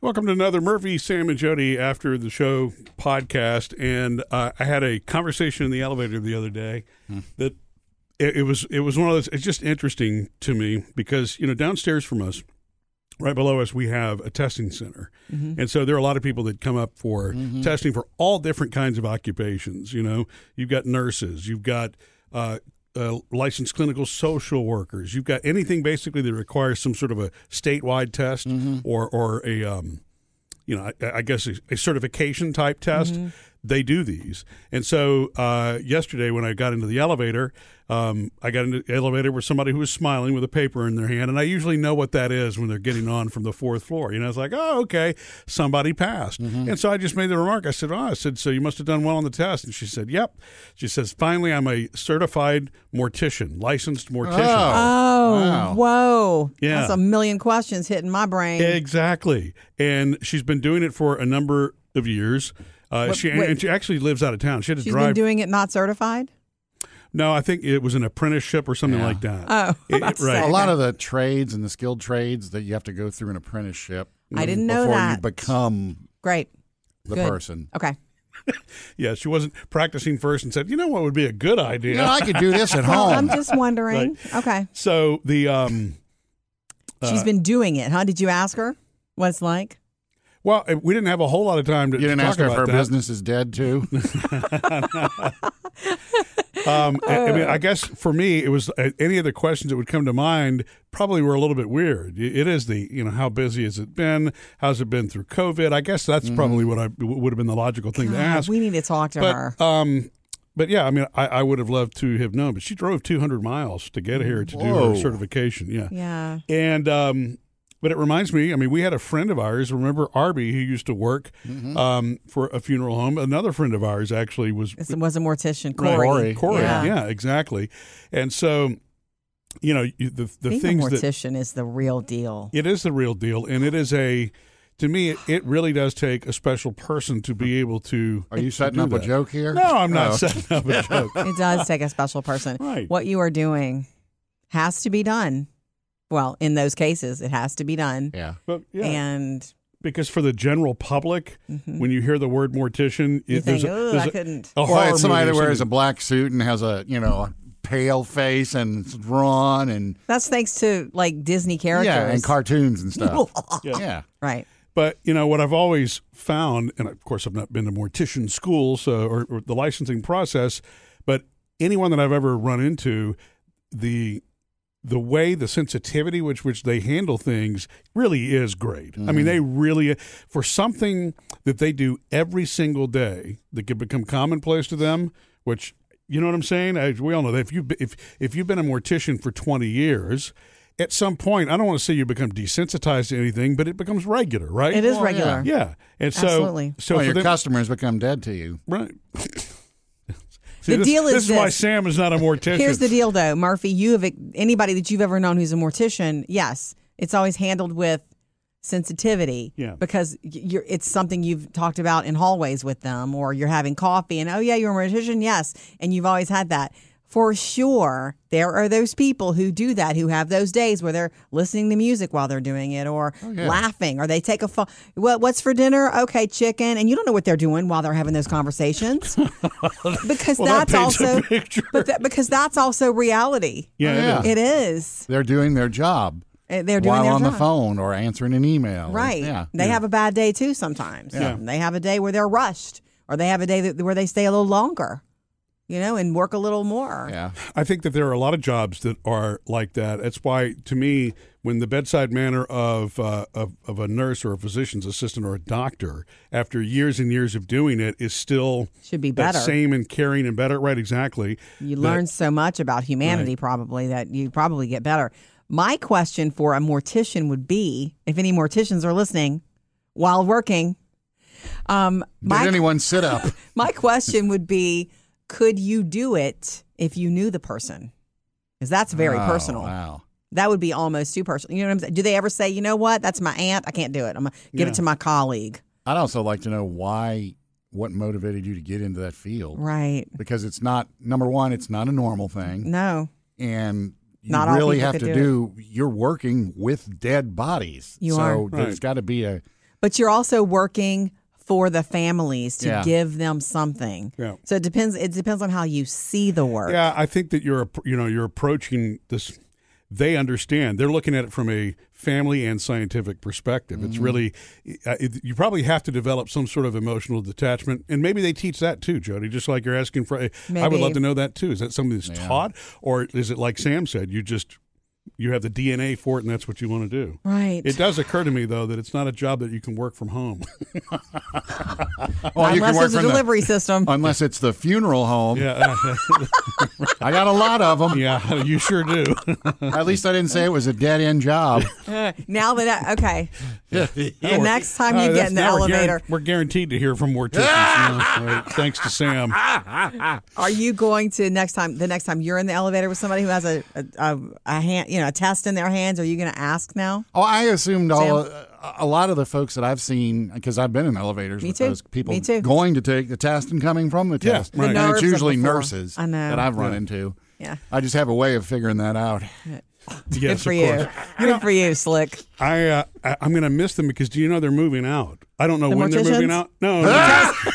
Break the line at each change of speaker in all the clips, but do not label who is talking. Welcome to another Murphy, Sam, and Jody after the show podcast. And uh, I had a conversation in the elevator the other day that it, it was it was one of those. It's just interesting to me because you know downstairs from us, right below us, we have a testing center, and so there are a lot of people that come up for testing for all different kinds of occupations. You know, you've got nurses, you've got uh, uh, licensed clinical social workers, you've got anything basically that requires some sort of a statewide test or or a um, you know, I, I guess a, a certification type test. They do these, and so uh, yesterday when I got into the elevator, um, I got into the elevator with somebody who was smiling with a paper in their hand, and I usually know what that is when they're getting on from the fourth floor. You know, it's like, oh, okay, somebody passed, and so I just made the remark. I said, oh, I said, so you must have done well on the test, and she said, yep. She says, finally, I'm a certified mortician, licensed mortician.
Oh,
Wow.
whoa.
Yeah.
That's a million questions hitting my brain.
Exactly. And she's been doing it for a number of years. Uh,
What-
she
wait.
and she actually lives out of town. She had to
She's
drive.
been doing it not certified?
no, I think it was an apprenticeship or something
Yeah.
like that.
Oh,
It-
about to
right.
say.
A lot of the trades and the skilled trades that you have to go through an apprenticeship.
I didn't know
before
that.
you become
Great.
the
Good.
person.
Okay.
Yeah, she wasn't practicing first and said, "You know what would be a good idea."
You know, I could do this at
Well, I'm
home.
just wondering. Okay.
So the um Uh,
She's been doing it, huh? Did you ask her what it's like?
well, eh, we didn't have a whole lot of time to
You didn't
to
ask her
talk
if her
about that.
business is dead too.
Um, I, I mean,
Uh.
I guess for me, it was uh, any of the questions that would come to mind probably were a little bit weird. It it is the you know how busy has it been? How's it been through COVID? I guess
Mm-hmm.
that's probably what I would have been the logical thing to
God,
ask.
Oh, we need to talk to her.
but um, but yeah, I mean, I, I would have loved to have known, but she drove 200 miles to get here to do
Whoa.
her certification. Yeah,
Yeah.
and um, but it reminds me. I mean, we had a friend of ours. Remember Arby, who used to work
Mm-hmm.
um, for a funeral home. Another friend of ours actually was
This was a mortician,
Right.
Corey.
Corey.
Corey. Yeah.
Yeah.
exactly. And so, you know, you- the the
Being
things
a
that
mortician is the real deal.
it is the real deal, and it is a to me, it, it really does take a special person to be able to.
Are you setting
do
up a
that.
joke here?
No, I'm not
Oh.
setting up a joke.
It does take a special person.
Right.
What you are doing has to be done. Well, in those cases, it has to be done.
Yeah.
But yeah,
And Mm-hmm.
because for the general public, when you hear the word mortician,
you
it,
think,
there's a,
oh,
there's
I
a-
couldn't.
a
Or
horror
it's somebody
movie
that
or
wears a
something.
black suit and has a you know a pale face and it's drawn and
That's thanks to like Disney characters.
yeah and cartoons and stuff. yeah.
right.
But you know what I've always found, and of course I've not been to mortician school, so or, or the licensing process, but anyone that I've ever run into, the the way the sensitivity which which they handle things really is great. I
Mm-hmm.
mean, they really for something that they do every single day that could become commonplace to them, which you know what I'm saying. As we all know that if you if if you've been a mortician for 20 years. At some point, I don't want to say you become desensitized to anything, but it becomes regular, right?
It
Well,
is
yeah.
regular.
Yeah, and so
Absolutely.
so
well,
for
your
them-
customers become dead to you.
right. See,
The
this,
deal is
this is why
this.
Sam is not a mortician.
Here's the deal, though, Murphy. You have anybody that you've ever known who's a mortician. Yes, it's always handled with sensitivity.
Yeah.
because y- you're it's something you've talked about in hallways with them, or you're having coffee, and oh yeah, you're a mortician. Yes, and you've always had that. For sure, there are those people who do that, who have those days where they're listening to music while they're doing it, or
Oh,
yeah.
laughing, or they take a phone. What, what's for dinner? Okay, chicken, and you don't know what they're doing while they're having those conversations, because
Well, that
that's
paints a
also
picture.
but that, because that's also reality.
Yeah, it
Yeah.
is.
It is.
They're doing their job
Uh, They're doing
while
their
on
job.
the phone or answering an email.
Right.
Yeah.
They have a bad day too sometimes.
Yeah.
They have a day where they're rushed or they have a day that, where they stay a little longer, you know, and work a little more.
Yeah.
I think that there are a lot of jobs that are like that. That's why, to me, when the bedside manner of uh, of, of a nurse or a physician's assistant or a doctor, after years and years of doing it, is still
Should be
that
better.
same and caring and better. Right? Exactly.
You learn so much about humanity probably that you probably get better. My question for a mortician would be if any morticians are listening while working, um,
Did
my
anyone sit up?
My question would be could you do it if you knew the person? Because that's very
Oh,
personal.
Wow.
That would be almost too personal. You know what I'm saying? Do they ever say, you know what? That's my aunt. I can't do it. I'm going to give
Yeah.
it to my colleague.
I'd also like to know why, what motivated you to get into that field?
Right.
Because it's not, number one, it's not a normal thing.
No,
And you
Not all
really
people
have
could
to
do
do, you're working with dead bodies.
You
so
are.
there's got to be a,
But you're also working for the families to
Yeah.
give them something.
Yeah.
So it depends. It depends on how you see the work.
Yeah, I think that you're you know you're approaching this. They understand. They're looking at it from a family and scientific perspective.
Mm-hmm.
It's really uh, it, you probably have to develop some sort of emotional detachment, and maybe they teach that too, Jody. Just like you're asking for, eh, I would
Maybe.
love to know that too. Is that something that's taught, or is it like Sam said, you just you have the DNA for it, and that's what you want to do?
Right.
It does occur to me though that it's not a job that you can work from home.
Well, you can work
Unless there's a
from the-
delivery system.
unless it's the funeral home.
yeah, uh,
I got a lot of them.
yeah, you sure do.
At least I didn't say it was a dead end job.
now that I, okay, the
we're-
next time
Uh,
you get
that's-
in the
now we're guaran-
elevator,
we're guaranteed to hear from more tips. Thanks to Sam.
are you going to next time? The next time you're in the elevator with somebody who has a a, a, a hand, you know, a test in their hands, are you going to ask now?
Oh, I assumed all a, a lot of the folks that I've seen because I've been in elevators
Me
with
too.
those people
Me too.
going to take the test and coming from the
Yeah,
test.
The right.
And
nerves
it's
of
usually
before.
nurses
I know.
that I've run into.
Yeah.
I just have a way of figuring that out.
Uh-huh.
Good
yes,
for
of
you.
course.
Good for you, Slick.
I, uh, I I'm going to miss them because do you know they're moving out? I don't know
The
when they're moving
morticians?
out. No, the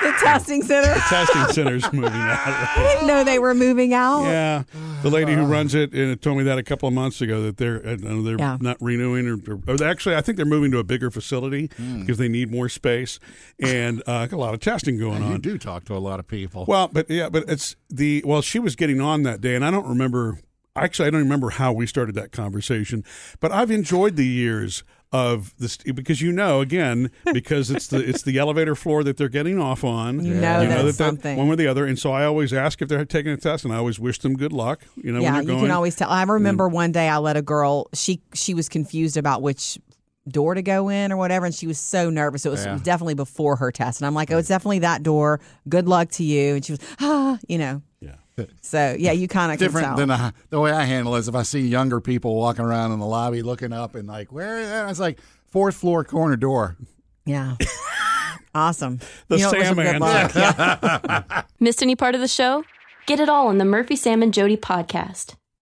The testing center.
testing center's moving out.
I didn't know they were moving out.
Yeah, the lady who runs it and it told me that a couple of months ago that they're uh, no, they're
Yeah.
not renewing or, or- or actually I think they're moving to a bigger facility
Hmm.
because they need more space and uh, a lot of testing going on.
You do talk to a lot of people.
Well, but yeah, but it's the well, she was getting on that day, and I don't remember. Actually, I don't remember how we started that conversation, but I've enjoyed the years of this because you know, again, because it's the it's the elevator floor that they're getting off on.
You know
that
that's
that-
something.
one way or the other, and so I always ask if they're taking a test, and I always wish them good luck. You know,
yeah,
when
you
they're going. Mm.
can always tell. I remember one day I let a girl. She she was confused about which door to go in or whatever, and she was so nervous. It was
Yeah.
definitely before her test, and I'm like, "Oh, it's definitely that door. Good luck to you." And she was, ah, you know.
Yeah.
So yeah, you kind of
Different
can tell.
than I, the way I handle is if I see younger people walking around in the lobby looking up and like, where is that? I was like, fourth floor corner door.
yeah. awesome.
The
you know, it was a
Sam
good
answer.
luck. Yeah.
Missed any part of the show? Get it all on the Murphy, Sam, and Jody podcast.